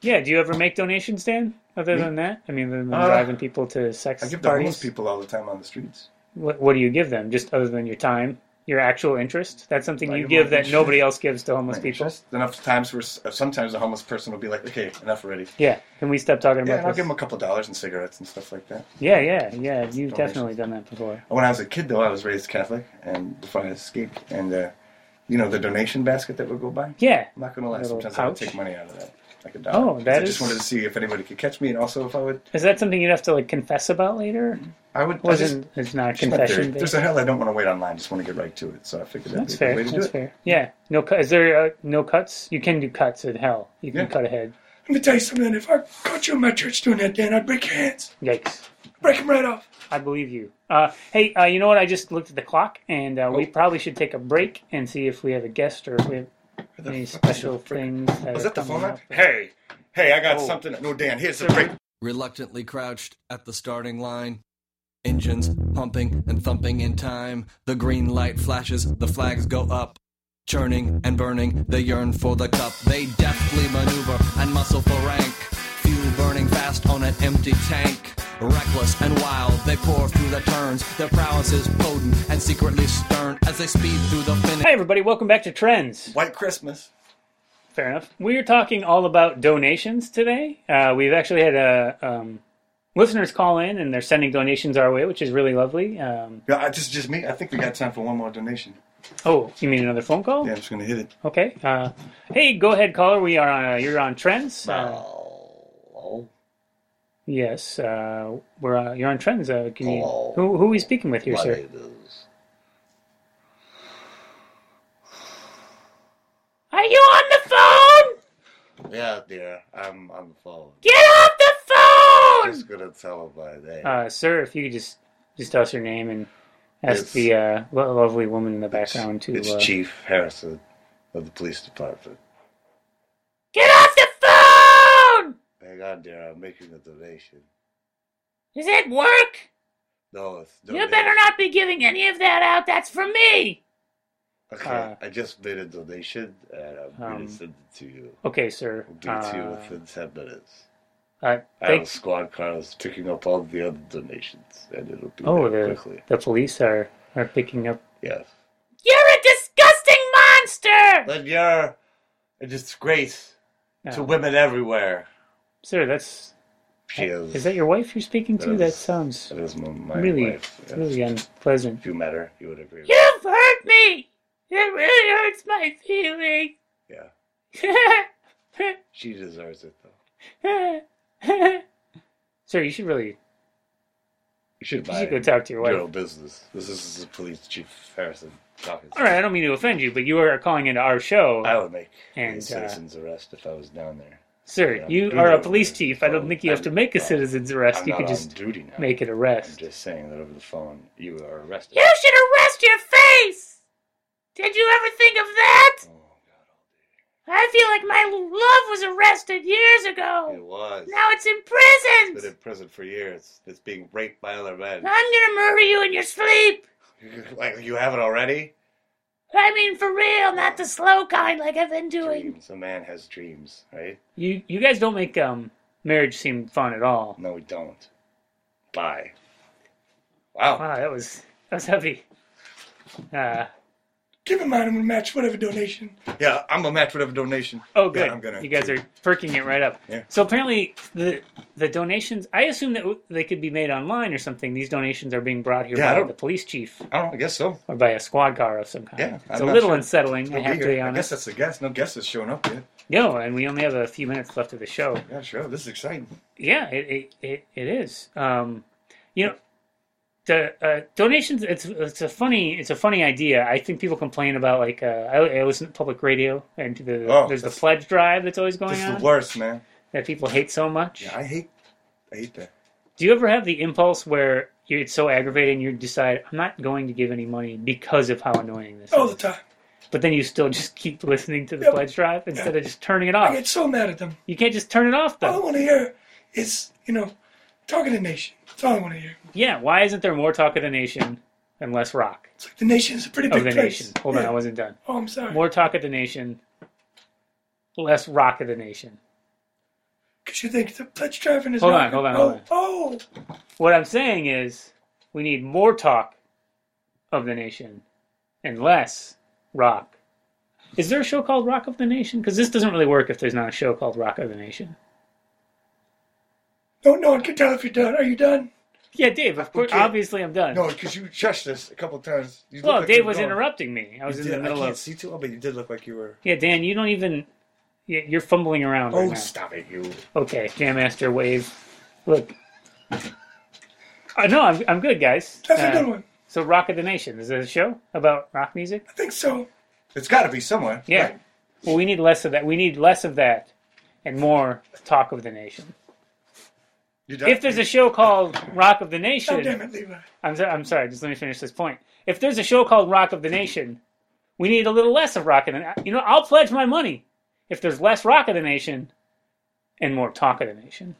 Yeah. Do you ever make donations, Dan? Other than that, I mean, other than Uh, driving people to sex I give the parties, homeless people all the time on the streets. What, what do you give them? Just other than your time, your actual interest. That's something I you give give my that interest. nobody else gives to homeless Like, people. just enough times where s- sometimes a homeless person will be like, okay, enough already. Yeah. Can we stop talking Yeah, about and I'll this? give him a couple dollars and cigarettes and stuff like that. yeah, yeah, yeah. You've definitely done that before. When I was a kid, though, I was raised Catholic, and before I escaped, and uh, you know the donation basket that would go by. Yeah. I'm not gonna lie, Little sometimes I would pouch. take money out of that, like a dollar. Oh, 'Cause that I is- just wanted to see if anybody could catch me, and also if I would, Is that something you'd have to like confess about later? I would. I just, Wasn't it's not a just my theory. confession? There's based? a hell I don't want to wait online. Just want to get right to it. So I figured that'd That's be a good fair. way to That's do it. fair. Yeah. No. Cu- is there uh, no cuts? You can do cuts at hell. You can Yeah. cut ahead. Let me tell you something. If I caught you in my church doing that, Dan, I'd break your hands. Yikes. Break them right off. I believe you. Uh, hey, uh, you know what? I just looked at the clock, and uh, Oh. we probably should take a break and see if we have a guest or if we have any special things. That Was are that the phone coming line? up. Hey, hey, I got Oh. something. No, Dan, here's the break. reluctantly crouched at the starting line. Engines pumping and thumping in time. The green light flashes, the flags go up. Churning and burning, they yearn for the cup. They deftly maneuver and muscle for rank. Fuel burning fast on an empty tank. Reckless and wild, they pour through the turns. Their prowess is potent and secretly stern as they speed through the finish. Hey, everybody, welcome back to Trends. White Christmas. Fair enough. We're talking all about donations today. Uh, we've actually had uh um, listeners call in and they're sending donations our way, which is really lovely. Um, Yeah, I, this is just me. I think we got time for one more donation. oh, you mean another phone call? Yeah, I'm just gonna hit it. Okay. Uh, hey, go ahead, caller. We are on. Uh, you're on Trends. Uh, Hello. yes, uh, we're. Uh, you're on Trends. Uh, can you, Hello. who, who are we speaking with here, sir? Are you on the phone? Yeah, dear. I'm on the phone. Get off the phone! Just gonna tell him my name. Uh, sir, if you could just just tell us your name and ask It's- the uh, lo- lovely woman in the background to it's uh, Chief Harrison of the police department. get off the phone. Hang on, dear. I'm making a donation. Is it work? No, it's You donation. better not be giving any of that out. That's for me. Okay, Uh, I just made a donation, and I'm Um, gonna send it to you. Okay, sir. We'll Uh, get to you within ten minutes. uh, I have a thanks. squad car that's picking up all the other donations, and it'll be Oh, there the, quickly. the police are are picking up. Yes. You're a disgusting monster. Then you're a disgrace to Uh, women everywhere. sir, that's She is. is that your wife you're speaking to? That That is- sounds That is my, my really wife. yes. really unpleasant. If you met her, you would agree. with You've hurt me. It really hurts my feelings. Yeah. She deserves it, though. <laughs> Sir, you should really You should you buy should go it. talk to your your wife. own business. This is the police chief Harrison talking. All right, I don't mean to offend you, but you are calling into our show, I would make And, a uh, citizen's arrest if I was down there. sir. I'm you doing are it a over police here. chief. I don't think you have to I'm- make a I'm- citizen's arrest. I'm you not could on just duty now. make an I'm arrest. just saying that over the phone, you are arrested. You should arrest your face. Did you ever think of that? Oh, God. I feel like my love was arrested years ago. It was. Now it's in It's been prison. in prison for years. It's being raped by other men. I'm gonna murder you in your sleep. <laughs> like you have it already. I mean, for real, not the slow kind like I've been doing. Dreams. A man has dreams, right? You you guys don't make um marriage seem fun at all. No, we don't. Bye. Wow. Wow, that was that was heavy. Uh, Keep in mind, I'm gonna match whatever donation. Yeah, I'm a match whatever donation. oh, good. Yeah, I'm gonna. you guys are perking it right up. Yeah. So apparently the the donations. I assume that w- they could be made online or something. These donations are being brought here Yeah, I by don't- the police chief I don't. I guess so. or by a squad car of some kind. Yeah, it's I'm a not little sure. unsettling. I He'll be have to here. be I honest. guess that's a guess. No guess is showing up yet. No, and we only have a few minutes left of the show. Yeah, sure. This is exciting. Yeah, it it, it, it is. Um, you know, the uh, donations. It's it's a funny it's a funny idea. I think people complain about like uh, I, I listen to public radio and to the Oh, there's the that's- pledge drive that's always Oh, This going is on the worst, man. that people hate so much. Yeah, I hate. I hate that. Do you ever have the impulse where you it's so aggravating you decide I'm not going to give any money because of how annoying this All Oh. is, the time. but then you still just keep listening to the Yep. pledge drive instead of just turning it I off. get so mad at them. You can't just turn it off All I though. want to hear is, you know, talking to nation. That's all I want to hear. Yeah, why isn't there more talk of the nation and less rock? It's like the nation is a pretty of big the place. nation. Hold on, Yeah. I wasn't done. Oh, I'm sorry. More talk of the nation, less rock of the nation. Because you think the pledge driving is Hold not on, hold on, oh, hold on. Oh, What I'm saying is, we need more talk of the nation and less rock. Is there a show called Rock of the Nation? Because this doesn't really work if there's not a show called Rock of the Nation. no, no one can tell if you're done. Are you done? Yeah, Dave. Of course, Okay. obviously, I'm done. No, because you shushed this a couple times. You well, looked like you Dave were was going. interrupting me. I was You in did- the middle I can't of. see too well, but you did look like you were. Yeah, Dan, you don't even. yeah, You're fumbling around right Oh, now. stop it, you. Okay, Jam Master Wave. Look. Uh, no, I'm, I'm good, guys. That's a Uh, good one. So, Rock of the Nation is that a show about rock music? I think so. It's got to be somewhere. Yeah. Well, we need less of that. We need less of that, and more talk of the nation. You done? If there's a show called Rock of the God damn Nation, it, Levi. I'm so, I'm sorry. Just let me finish this point. If there's a show called Rock of the Nation, we need a little less of Rock of the. You know, I'll pledge my money if there's less Rock of the Nation, and more talk of the nation.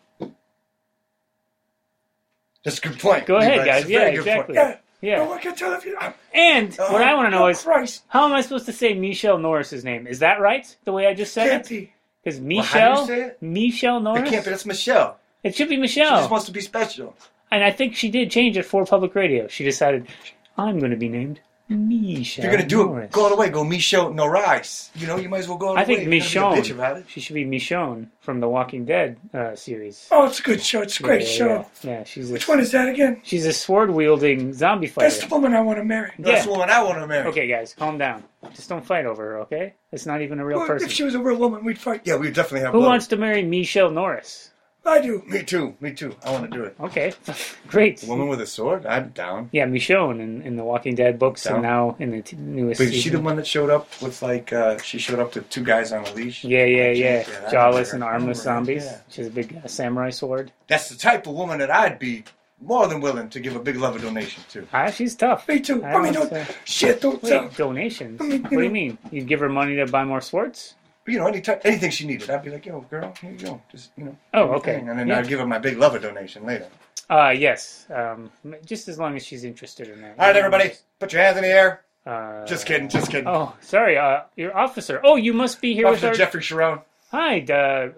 That's a good point. Go Levi. ahead, It's a guys. very Yeah, good exactly. Point. Yeah, No Yeah. one can tell if you. I'm, And what I want to know oh, is Christ, how am I supposed to say Michelle Norris's name? Is that right? The way I just said can't it? be. Because how Michelle, do you say it? Michelle It Norris. can't be. That's Michelle. It should be She just Michelle. wants to be special. And I think she did change it for public radio. She decided I'm going to be named Michelle. If you're gonna do Norris. it, go all the way. Go Michelle Norris. You know, you might as well go all the I think way. You're gonna be a bitch about Michonne. it. She should be Michonne from the Walking Dead uh, series. Oh, it's a good show. It's a great yeah, show. Yeah, yeah she's a, Which one is that again? she's a sword wielding zombie fighter. That's the woman I want to marry. That's the yeah. woman I want to marry. Okay, guys, calm down. Just don't fight over her, okay? It's not even a real Well, person. if she was a real woman, we'd fight. Yeah, we definitely have. Who love. wants to marry Michelle Norris? I do. Me too. Me too. I want to do it. Okay, great. Woman with a sword. I'm down. Yeah, Michonne in, in the Walking Dead books, and now in the t- newest Wait, is she season. the one that showed up with like uh, she showed up to two guys on a leash? Yeah, yeah, Yeah, yeah. that was Jawless and her. armless Remember, zombies. yeah. She has a big uh, samurai sword. That's the type of woman that I'd be more than willing to give a big lover donation to. Ah, she's tough. Me too. I I, mean, don't don't. say- Shit, don't Wait, tell. donations? I mean, what you do you know- mean? You'd give her money to buy more swords? You know, any type, anything she needed, I'd be like, "Yo, girl, here you go." Just you know. Oh, okay. And then Yeah. I'd give her my big lover donation later. Uh, yes. Um, just as long as she's interested in that. All right, everybody, put your hands in the air. Uh, Just kidding. Just kidding. Oh, sorry. Uh, your officer. Oh, you must be here Officer with our. Jeffrey Sharon. Hi, uh,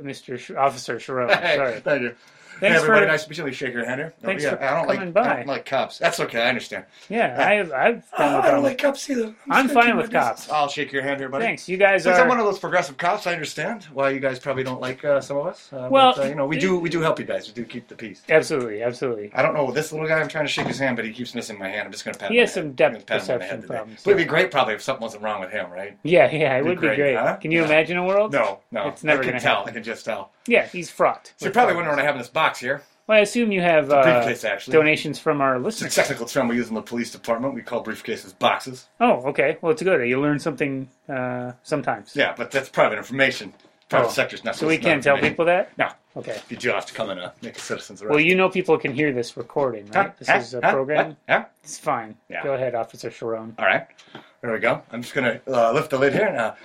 Mr. Sh- officer Sharon. <laughs> Hey, Sorry. thank you. Thanks hey, everybody, for- nice to meet you. Let me Shake your hand here. No, Thanks yeah, for I don't coming like, I by. don't like cops. That's okay. I understand. Yeah, <laughs> I, I've <laughs> I've I, done I don't like cops either. I'm, I'm just gonna fine keep with my cops. distance. I'll shake your hand, here, buddy. Thanks. You guys Since I'm one are. of those progressive cops, I understand why you guys probably don't like uh, some of us. Uh, Well, but, uh, you know, we do we do help you guys. We do keep the peace. Absolutely, absolutely. I don't know this little guy. I'm trying to shake his hand, but he keeps missing my hand. I'm just gonna pat. He him on has the head. some depth I'm gonna pat him on the head perception today. problems, But it'd be great probably if something wasn't wrong with him, right? Yeah, yeah, it Be would be great, great. huh? Can you Yeah. imagine a world? No, no. It's never I can gonna tell. happen. I can just tell. Yeah, he's fraught. So you're with probably problems. wondering what I have in this box here. Well, I assume you have uh, briefcase, actually. donations from our It's a <laughs> listeners. technical term we use in the police department. We call briefcases boxes. Oh, okay. Well, it's good. You learn something uh, sometimes. Yeah, but that's private information. Private Oh. sector's not. So we supposed to know can't tell information. people that. No, Okay. you do have to come and uh, make a citizen's arrest. Well, you know people can hear this recording, Huh? right? This Huh? is a Huh? program. What? Huh? It's fine. Yeah. Go ahead, Officer Sharon. All right, there we go. I'm just gonna uh, lift the lid here now.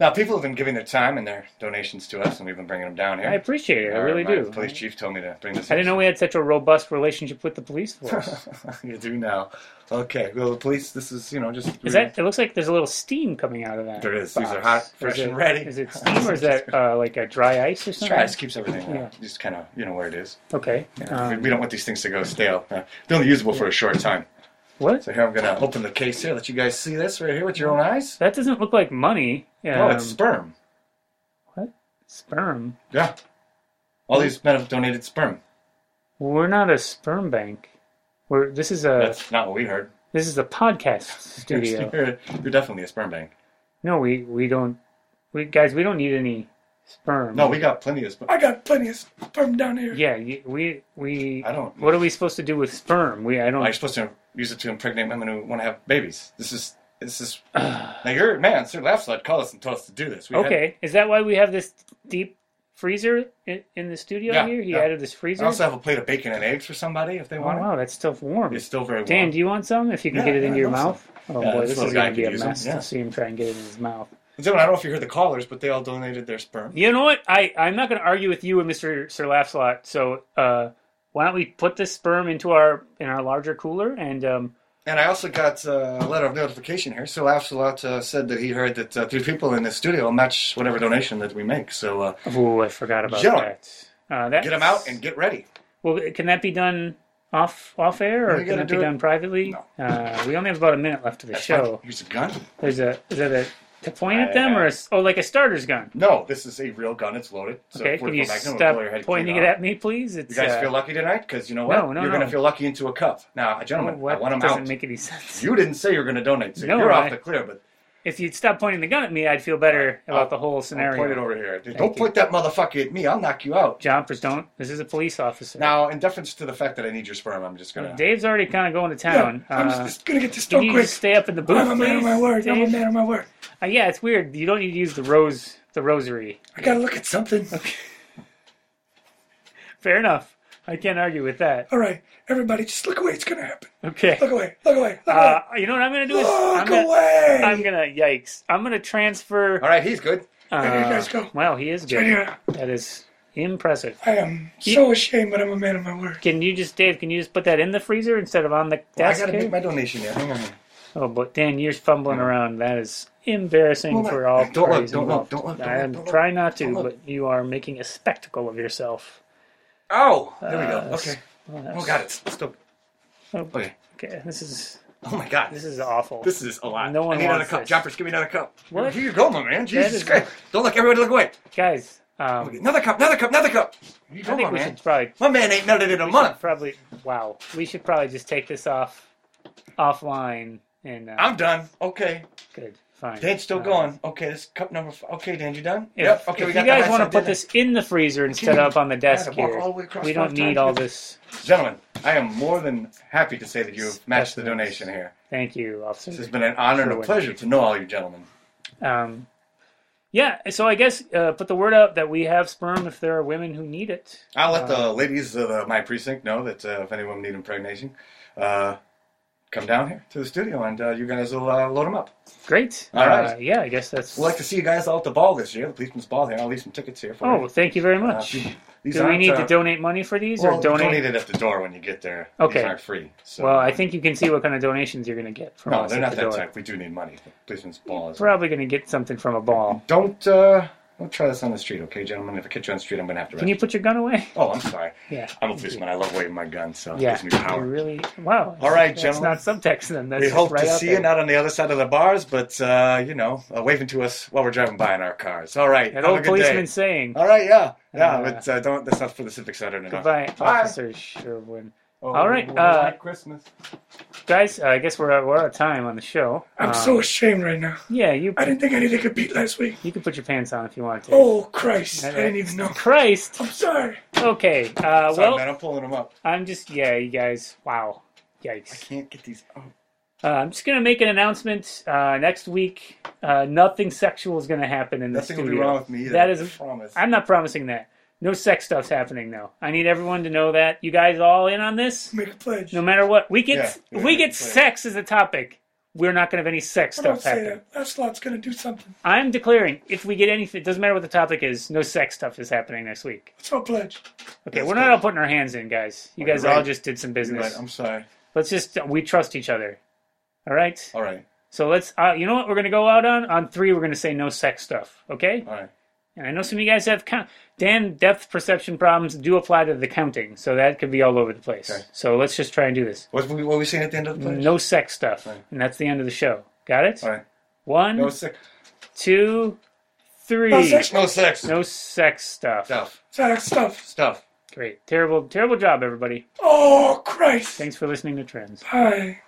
Now, people have been giving their time and their donations to us, and we've been bringing them down here. I appreciate it. I Our- really my do. Police chief told me to bring this. I didn't know we had such a robust relationship with the police force. <laughs> you do now. Okay. Well, the police. This is you know just. Is that? It looks like there's a little steam coming out of that. There is. box. These are hot, Is fresh, it- and ready. Is it steam or is <laughs> that uh, like a dry ice or something? Try. It keeps everything. Yeah. Uh, just kind of you know where it is. Okay. We- Um, we don't want these things to go stale. Uh, they're only usable for a short time. what? So here I'm gonna open the case here. Let you guys see this right here with your own eyes. That doesn't look like money. Um, oh, it's sperm. what? Sperm. Yeah. All these men have donated sperm. We're not a sperm bank. We're this is a That's not what we heard. this is a <laughs> podcast studio. You're, you're definitely a sperm bank. No, we we don't. We guys, we don't need any sperm. No, we got plenty of sperm. I got plenty of sperm down here. Yeah, you- we we. I don't- What are we supposed to do with sperm? We I don't. Are you Oh, supposed to use it to impregnate women who want to have babies? This is this <sighs> is. now you're man, Sir Laughslot called us and told us to do this. We had- okay, is that why we have this deep freezer in, in the studio Yeah, here? He yeah. added this freezer. I also have a plate of bacon and eggs for somebody if they oh want it. wow, that's still warm. It's still very warm. Dan, do you want some? If you can Yeah, get it yeah, into I'd your love mouth. Oh Yeah, boy, this this little is guy going to be could a use 'em, mess yeah. to see him try and get it in his mouth. Gentlemen, I don't know if you heard the callers, but they all donated their sperm. You know what? I, I'm not going to argue with you and Mr. Sir Laughslot. So uh, why don't we put this sperm into our in our larger cooler and um, And I also got uh, a letter of notification here. So Absolot uh, said that he heard that uh, three people in the studio match whatever donation that we make. So uh, oh I forgot about Gentlemen, that. Uh, that's, get them out and get ready. well. Can that be done off off air or You can gotta that be do it- done privately? Uh, we only have about a minute left of the show. Here's a gun. There's a is that a to point at them or a, s- oh like a starter's gun? No, this is a real gun. It's loaded. It's a Okay, can 44 you Magnum. It'll stop blow your head pointing clean it off. at me, please? It's You guys uh, feel lucky tonight? Because you know what? No, no, You're going no. to feel lucky into a cup. Now, oh, gentlemen, what I want them doesn't out. make any sense. You didn't say you were going to donate, so No, you're I- off the clear, but If you'd stop pointing the gun at me, I'd feel better about I'll- the whole scenario. I'll point it over here. Don't you. point that motherfucker at me. I'll knock you out. Jumpers don't. This is a police officer. Uh, Now, in deference to the fact that I need your sperm, I'm just going to. Dave's already kind of going to Yeah, town. I'm Uh, just, just gonna get this can done you quick. just stay up in the booth, I'm a man of please, my word. I'm a Dave? man of my word. Uh, yeah, it's weird. You don't need to use the rose, the rosary. I gotta look at something. Fair enough. I can't argue with that. All right, everybody, just look away. It's gonna happen. Okay. Look away. Look away. Look Uh, you know what I'm gonna do away. is Look I'm gonna, away. I'm gonna yikes. I'm gonna transfer. All right, he's good. Uh, There you guys go. Well, he is Right good. here. That is. Impressive. I am so ashamed, but I'm a man of my word. Can you just, Dave? Can you just put that in the freezer instead of on the I desk? gotta here? make my donation there. Hang on. here. Oh, but Dan, you're fumbling around. That is embarrassing Hold on. for all Don't look, parties don't look, involved. don't look, don't I'm look, don't trying not to, look. but you are making a spectacle of yourself. Oh, there we go. Uh, Okay. Well, Oh, that's- oh, got it. Let's do. Okay. Okay, this is Oh my God. this is awful. This is a lot. No one I need another wants cup. this. Jumpers, give me another cup. What? Here you go, my man. Jesus is- Christ. Don't look. Everybody look away. guys. Um, Another cup, another cup, another cup. Here you I go, think my we man. should probably My man ain't melted in a month. probably wow. We should probably just take this off offline and uh, I'm done. Okay. good. Fine. Dan's still Uh, going. Okay, this is cup number five. Okay, Dan, you done? If, yep. Okay, if we you got guys want want to put this in the freezer instead you- of on the desk I had to walk here, all the way across we five don't need times all to- this. Gentlemen, I am more than happy to say that you have matched the donation here. Thank you, officer. This has been an honor and a Sure. pleasure to know all you gentlemen. Um, yeah, so I guess uh, put the word out that we have sperm if there are women who need it. I'll let the ladies of uh, my precinct know that uh, if anyone need impregnation, uh, come down here to the studio and uh, you guys will uh, load them up. Great. All right. Uh, yeah, I guess that's. We'd like to see you guys all at the ball this year, the policeman's ball here. I'll leave some tickets here for oh, you. well, thank you very Uh, much. you- these Do we aren't, need uh, to donate money for these well, or you donate? donate it at the door when you get there. Okay. These aren't free. So. Well, I think you can see what kind of donations you're going to get from No, us they're at not the that door. type. We do need money. The policeman's ball is. Probably going to get something from a ball. Don't uh, don't try this on the street, okay, gentlemen? If I catch you on the street, I'm gonna have to. Can you put your gun away? <laughs> Oh, I'm sorry. Yeah. I'm a policeman. I love waving my gun, so it Yeah. gives me You power. really. Wow. All right, That's gentlemen. not subtext then. That's We just hope right to out see there. you not on the other side of the bars, but uh, you know, uh, waving to us while we're driving by in our cars. All right, That have old a good policeman day. saying. All right, yeah, yeah, Uh, but uh, don't. That's not for the civic center. No. Goodbye, Bye. Officer Sherwin. Oh, All right, Merry uh, Christmas. Guys, uh, I guess we're out, we're out of time on the show. I'm Um, so ashamed right now. Yeah, you I didn't think I needed to compete last week. you can put your pants on if you want to. Oh, Christ. I didn't even know. Christ. I'm sorry. Okay. Uh, Sorry, man. well, I'm pulling them up. I'm just yeah, you guys. Wow. Yikes. Can't get these. Up. Uh, I'm just gonna make an announcement uh, next week. Uh, nothing sexual is gonna happen in the Nothing studio. will be wrong with me either. That is- I promise. I'm not promising that. No sex stuff's happening though. I need everyone to know that. You guys all in on this? Make a pledge. No matter what, we get Yeah, if we yeah, get right. sex as a topic. We're not gonna have any sex I stuff don't say happen. that. That slot's going to do something. I'm declaring if we get anything, it doesn't matter what the topic is. No sex stuff is happening next week. Let's all pledge. Okay, That's we're not good. all putting our hands in, guys. You Well, guys you're all right. just did some You're business. right. I'm sorry. let's just uh, we trust each other. All right. All right. So let's. Uh, you know what? We're gonna go out on on three. We're gonna say no sex stuff. Okay. All right. And I know some of you guys have count. Dan depth perception problems do apply to the counting, so that could be all over the place. Okay. So let's just try and do this. What what were we saying at the end of the play? No sex stuff, Right. and that's the end of the show. Got it? All right. One, No sex. two, three. No sex No sex. No sex stuff. Stuff. Sex stuff. Stuff. Great. Terrible, terrible job, everybody. Oh, Christ. Thanks for listening to Trends. Hi.